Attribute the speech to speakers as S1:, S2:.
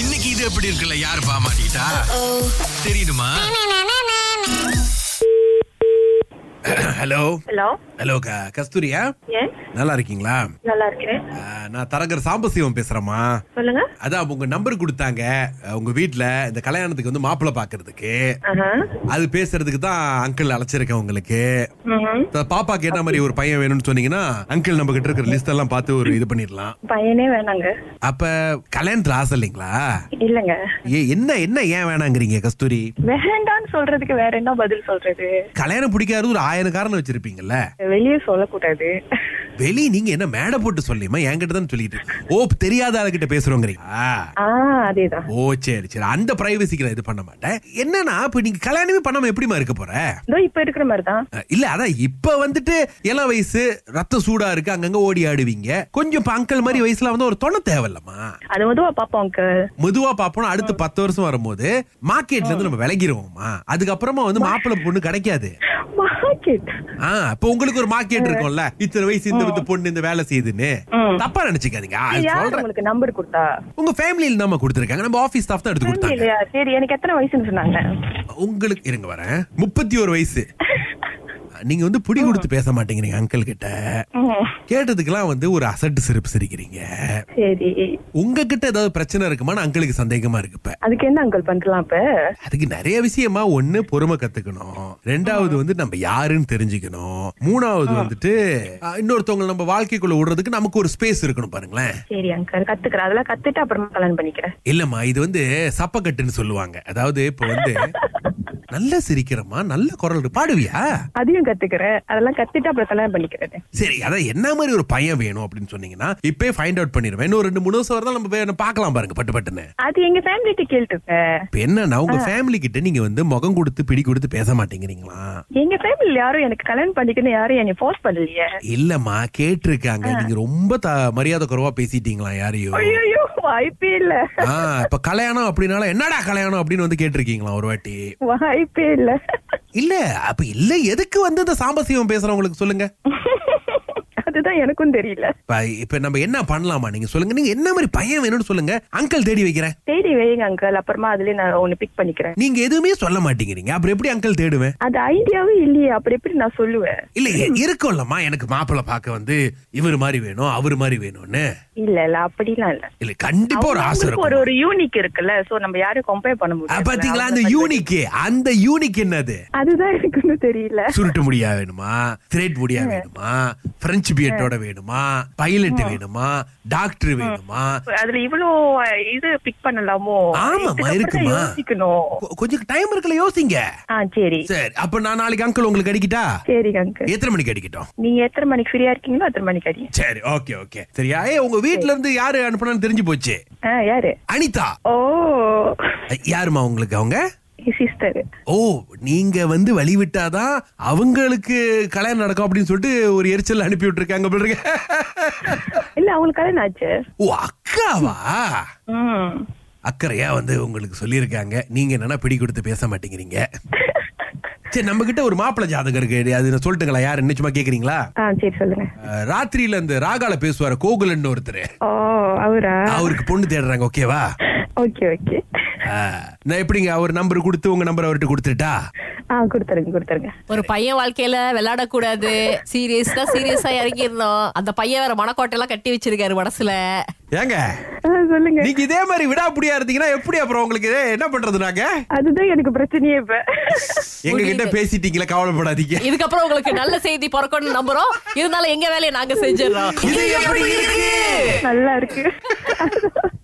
S1: இன்னைக்கு இது எப்படி இருக்குல்ல யார் பாமாட்டா தெரியுமா ஹலோ
S2: ஹலோ
S1: ஹலோ கஸ்தூரியா
S2: எஸ்
S1: நல்லா இருக்கீங்களா
S2: நல்லா இருக்கிறேன்
S1: ஆ, நான் தரகர் சாம்பசிவம் பேசுறேமா
S2: சொல்லுங்க
S1: அதான் உங்க நம்பர் கொடுத்தாங்க அஹ், உங்க வீட்ல இந்த கல்யாணத்துக்கு வந்து மாப்பிள்ளை பாக்குறதுக்கு
S2: ஆஹா.
S1: அது பேசுறதுக்கு தான் அங்கிள் அழைச்சிருக்கேன் உங்களுக்கு
S2: ம்ஹும்.
S1: இப்ப பாப்பா கேட்ட மாதிரி ஒரு பையன் வேணும்னு சொன்னீங்கன்னா அங்கிள் நம்ம கிட்ட இருக்கிற லிஸ்ட் எல்லாம் பார்த்து ஒரு இது பண்ணிடலாம்
S2: பையனே வேணாங்க
S1: அப்ப கல்யாணத்துல ஆசை இல்லைங்களா
S2: இல்லங்க
S1: ஏ என்ன என்ன ஏன் வேணாங்கிறீங்க கஸ்தூரி
S2: வேண்டான்னு சொல்றதுக்கு வேற என்ன பதில் சொல்றது
S1: கல்யாணம் பிடிக்காதது ஒரு ஆயிரம் காரணம் வச்சிருப்பீங்கல்ல
S2: வெளியே சொல்லக்கூடாது
S1: வெளிய நீங்க என்ன மேடை போட்டு சொல்லியுமா என்கிட்ட தான் சொல்லிட்டு இருக்கீங்க. ஓ தெரியாத ஆளுகிட்ட பேசுறோங்கிறீங்களா
S2: ஆ அதேதான்
S1: ஓ சரி சரி அந்த பிரைவசிக்கு நான் இது பண்ண மாட்டேன் என்னன்னா இப்ப நீங்க கல்யாணமே பண்ணாம எப்படிமா இருக்க போற
S2: இதோ இப்ப இருக்கிற மாதிரி தான்
S1: அஹ், இல்ல அதான் இப்ப வந்துட்டு இளம் வயசு ரத்த சூடா இருக்கு அங்கங்க ஓடி ஆடுவீங்க கொஞ்சம் இப்ப அங்கிள் மாதிரி வயசுல வந்து ஒரு தொணை தேவையில்லமா
S2: அது மதுவா பாப்போம் அங்கிள்
S1: மெதுவா பாப்போம் அடுத்து பத்து வருஷம் வரும்போது மார்க்கெட்ல இருந்து நம்ம விலகிருவோமா அதுக்கப்புறமா வந்து மாப்பிள்ளை பொண்ணு கிடைக்காது
S2: மார்க்கெட்
S1: ஆ, அப்ப உங்களுக்கு ஒரு மார்க்கெட் இருக்கும்ல இத்தனை வயசு இந்த இந்த பொண்ணு இந்த வேலை செய்யுதுன்னு
S2: ம்.
S1: தப்பா நினைச்சுக்காதீங்க ஆ,
S2: யார்
S1: சொல்றேன்
S2: உங்களுக்கு நம்பர் கொடுத்தா
S1: உங்க ஃபேமிலியில நம்ம கொடுத்துருக்காங்க நம்ம ஆபீஸ் ஸ்டாஃப் தான் எடுத்து கொடுத்தாங்க
S2: இல்லையா சரி எனக்கு எத்தனை வயசுன்னு சொன்னாங்க
S1: உங்களுக்கு இருங்க வரேன் முப்பத்தி ஒரு வயசு நீங்க வந்து புடி கொடுத்து பேச மாட்டேங்கிறீங்க அங்கிள் கிட்ட
S2: ம்.
S1: கேட்டதுக்கெல்லாம் வந்து ஒரு அசட்டு சிரிப்பு சிரிக்கிறீங்க
S2: சரி
S1: உங்ககிட்ட ஏதாவது பிரச்சனை இருக்குமான்னு அங்கிளுக்கு சந்தேகமா இருக்கு இப்ப
S2: அதுக்கு என்ன அங்கிள் பண்ணலாம் இப்ப
S1: அதுக்கு நிறைய விஷயமா ஒண்ணு பொறுமை கத்துக்கணும் ரெண்டாவது வந்து நம்ம யாருன்னு தெரிஞ்சுக்கணும் மூணாவது வந்துட்டு ஆ, இன்னொருத்தவங்க நம்ம வாழ்க்கைக்குள்ள விடுறதுக்கு நமக்கு ஒரு ஸ்பேஸ் இருக்கணும் பாருங்களேன்
S2: சரி அங்கிள் கத்துக்கிறேன் அதெல்லாம் கத்துட்டு அப்புறமா கல்யாணம் பண்ணிக்கிறேன்
S1: இல்லம்மா இது வந்து சப்பக்கட்டுன்னு சொல்லுவாங்க அதாவது இப்ப வந்து நல்லா சிரிக்கிறம்மா நல்ல குரல் இருக்கு. பாடுவியா
S2: அதையும் கத்துக்கிறேன் அதெல்லாம் கத்துட்டு அப்புறம் கல்யாணம் பண்ணிக்கிறேன்
S1: சரி அதான் என்ன மாதிரி ஒரு பையன் வேணும் அப்படின்னு சொன்னீங்கன்னா இப்பே ஃபைண்ட் அவுட் பண்ணிடுவேன் இன்னும் ரெண்டு மூணு வருஷம் வரதான் நம்ம வேணும் பார்க்கலாம் பாருங்க பட்டு பட்டுன்னு
S2: அது எங்க ஃபேமிலிட்ட கேட்டுருக்க
S1: இப்ப என்னன்னா உங்க ஃபேமிலி கிட்ட நீங்க வந்து முகம் கொடுத்து பிடி கொடுத்து பேச மாட்டேங்கிறீங்களா
S2: எங்க ஃபேமிலில யாரும் எனக்கு கல்யாணம் பண்ணிக்கணும் யாரும் என்னை ஃபோர்ஸ் பண்ணலையே
S1: இல்லம்மா கேட்டிருக்காங்க நீங்க ரொம்ப த- மரியாதை குறைவா பேசிட்டீங்களா யாரையும்
S2: ஐயோ வாய்ப்பே இல்ல
S1: ஆ இப்ப கல்யாணம் அப்படின்னால என்னடா கல்யாணம் அப்படின்னு வந்து கேட்டிருக்கீங்களா ஒரு வாட்டி
S2: வாய்ப்பே இல்ல
S1: இல்ல அப்ப இல்ல எதுக்கு வந்து இந்த சாம்பசியம் பேசுறவங்களுக்கு சொல்லுங்க
S2: அதுதான் எனக்கும் தெரியல
S1: இப்ப இப்ப நம்ம என்ன பண்ணலாமா நீங்க சொல்லுங்க நீங்க என்ன மாதிரி பையன் வேணும்னு சொல்லுங்க அங்கிள் தேடி வைக்கிறேன்
S2: தேடி வைங்க அங்கிள் அப்புறமா அதுலயே நான் ஒன்னு பிக் பண்ணிக்கிறேன்
S1: நீங்க எதுவுமே சொல்ல மாட்டேங்கிறீங்க அப்புறம் எப்படி அங்கிள் தேடுவேன்
S2: அது ஐடியாவே இல்லையே அப்படி எப்படி நான் சொல்லுவேன்
S1: இல்ல எ- இருக்கும்லம்மா எனக்கு மாப்பிள்ளை பார்க்க வந்து இவர் மாதிரி வேணும் அவர் மாதிரி வேணும்னு
S2: இல்ல இல்ல அப்படிலாம் இல்ல
S1: இல்ல கண்டிப்பா ஒரு ஆசை
S2: அவங்களுக்கு ஒரு
S1: இருக்கும்
S2: ஒரு யூனிக் இருக்குல்ல சோ நம்ம யாரும் கம்பேர் பண்ண
S1: அ,
S2: முடியாது
S1: பாத்தீங்களா அந்த யூனிக் அந்த யூனிக் என்னது
S2: அதுதான் எனக்கு ஒன்னும் தெரியல
S1: சுருட்டு முடியா வேணுமா திரேட் முடியா வேணுமா பிரெஞ்சு பியட்டோட வேணுமா பைலட் வேணுமா டாக்டர் வேணுமா
S2: அதுல இவ்ளோ இது பிக் பண்ணலாமோ
S1: ஆமாம்மா,
S2: இதுக்கப்புறம் தான்
S1: இருக்குமா?
S2: யோசிக்கணும்
S1: கொ- கொஞ்சம் டைம் இருக்குல்ல யோசிங்க
S2: ஆ சரி
S1: சரி அப்ப நான் நாளைக்கு அங்கிள் உங்களுக்கு அடிக்கிட்டா
S2: சரிங்க அங்கிள்
S1: எத்தனை மணிக்கு அடிக்கட்டும்
S2: நீங்க எத்தனை மணிக்கு ஃப்ரீயா இருக்கீங்களோ அத்தனை மணிக்கு அடி
S1: சரி ஓகே ஓகே சரியா ஏ உங்க வீட்ல இருந்து யாரு அனுப்புனான்னு தெரிஞ்சு போச்சு
S2: ஆ யாரு
S1: அனிதா
S2: ஓ
S1: அ, யாருமா உங்களுக்கு அவங்க
S2: சிஸ்டர்
S1: ஓ நீங்க வந்து வழி விட்டாதான் அவங்களுக்கு கல்யாணம் நடக்கும் அப்படின்னு சொல்லிட்டு ஒரு எரிச்சல் அனுப்பி விட்டுருக்காங்க போல இருக்கு.
S2: இல்ல அவங்களுக்கு கல்யாணம் ஆச்சு
S1: ஓ அக்காவா
S2: ம்.
S1: அக்கறையா வந்து உங்களுக்கு சொல்லியிருக்காங்க நீங்க என்னன்னா பிடி கொடுத்து பேச மாட்டேங்கிறீங்க சரி நம்ம கிட்ட ஒரு மாப்பிள்ளை ஜாதகம் இருக்கு அது நான் சொல்லட்டுங்களா யார் என்ன சும்மா கேக்குறீங்களா
S2: ஆ சரி சொல்லுங்க
S1: அஹ், ராத்திரியில இந்த ராகால பேசுவாரு கோகுலன் ஒருத்தர்
S2: ஓ அவரா
S1: அவருக்கு பொண்ணு தேடுறாங்க ஓகேவா
S2: ஓகே ஓகே
S1: ஆ, நான் எப்படிங்க அவர் நம்பர் கொடுத்து உங்க நம்பர் அவர்கிட்ட கொடுத்துட்டா
S2: ஆ கொடுத்துருங்க கொடுத்துருங்க
S3: ஒரு பையன் வாழ்க்கையில விளையாடக்கூடாது சீரியஸா சீரியஸா இறங்கி இருந்தோம் அந்த பையன் வேற மனக்கோட்டையெல்லாம் கட்டி வச்சிருக்காரு மனசுல
S1: ஏங்க
S2: ஆ, சொல்லுங்க
S1: நீங்க இதே மாதிரி விடாப்புடியா இருந்தீங்கன்னா எப்படி அப்புறம் உங்களுக்கு இதே என்ன பண்றது நாங்க
S2: அதுதான் எனக்கு பிரச்சனையே இப்ப
S1: எங்க கிட்ட பேசிட்டீங்களா கவலைப்படாதீங்க
S3: இதுக்கப்புறம் உங்களுக்கு நல்ல செய்தி பிறக்கணும்னு நம்புறோம் இருந்தாலும் எங்க வேலையை நாங்க செஞ்சிடறோம்
S1: இது எப்படி இருக்கு
S2: நல்லா இருக்கு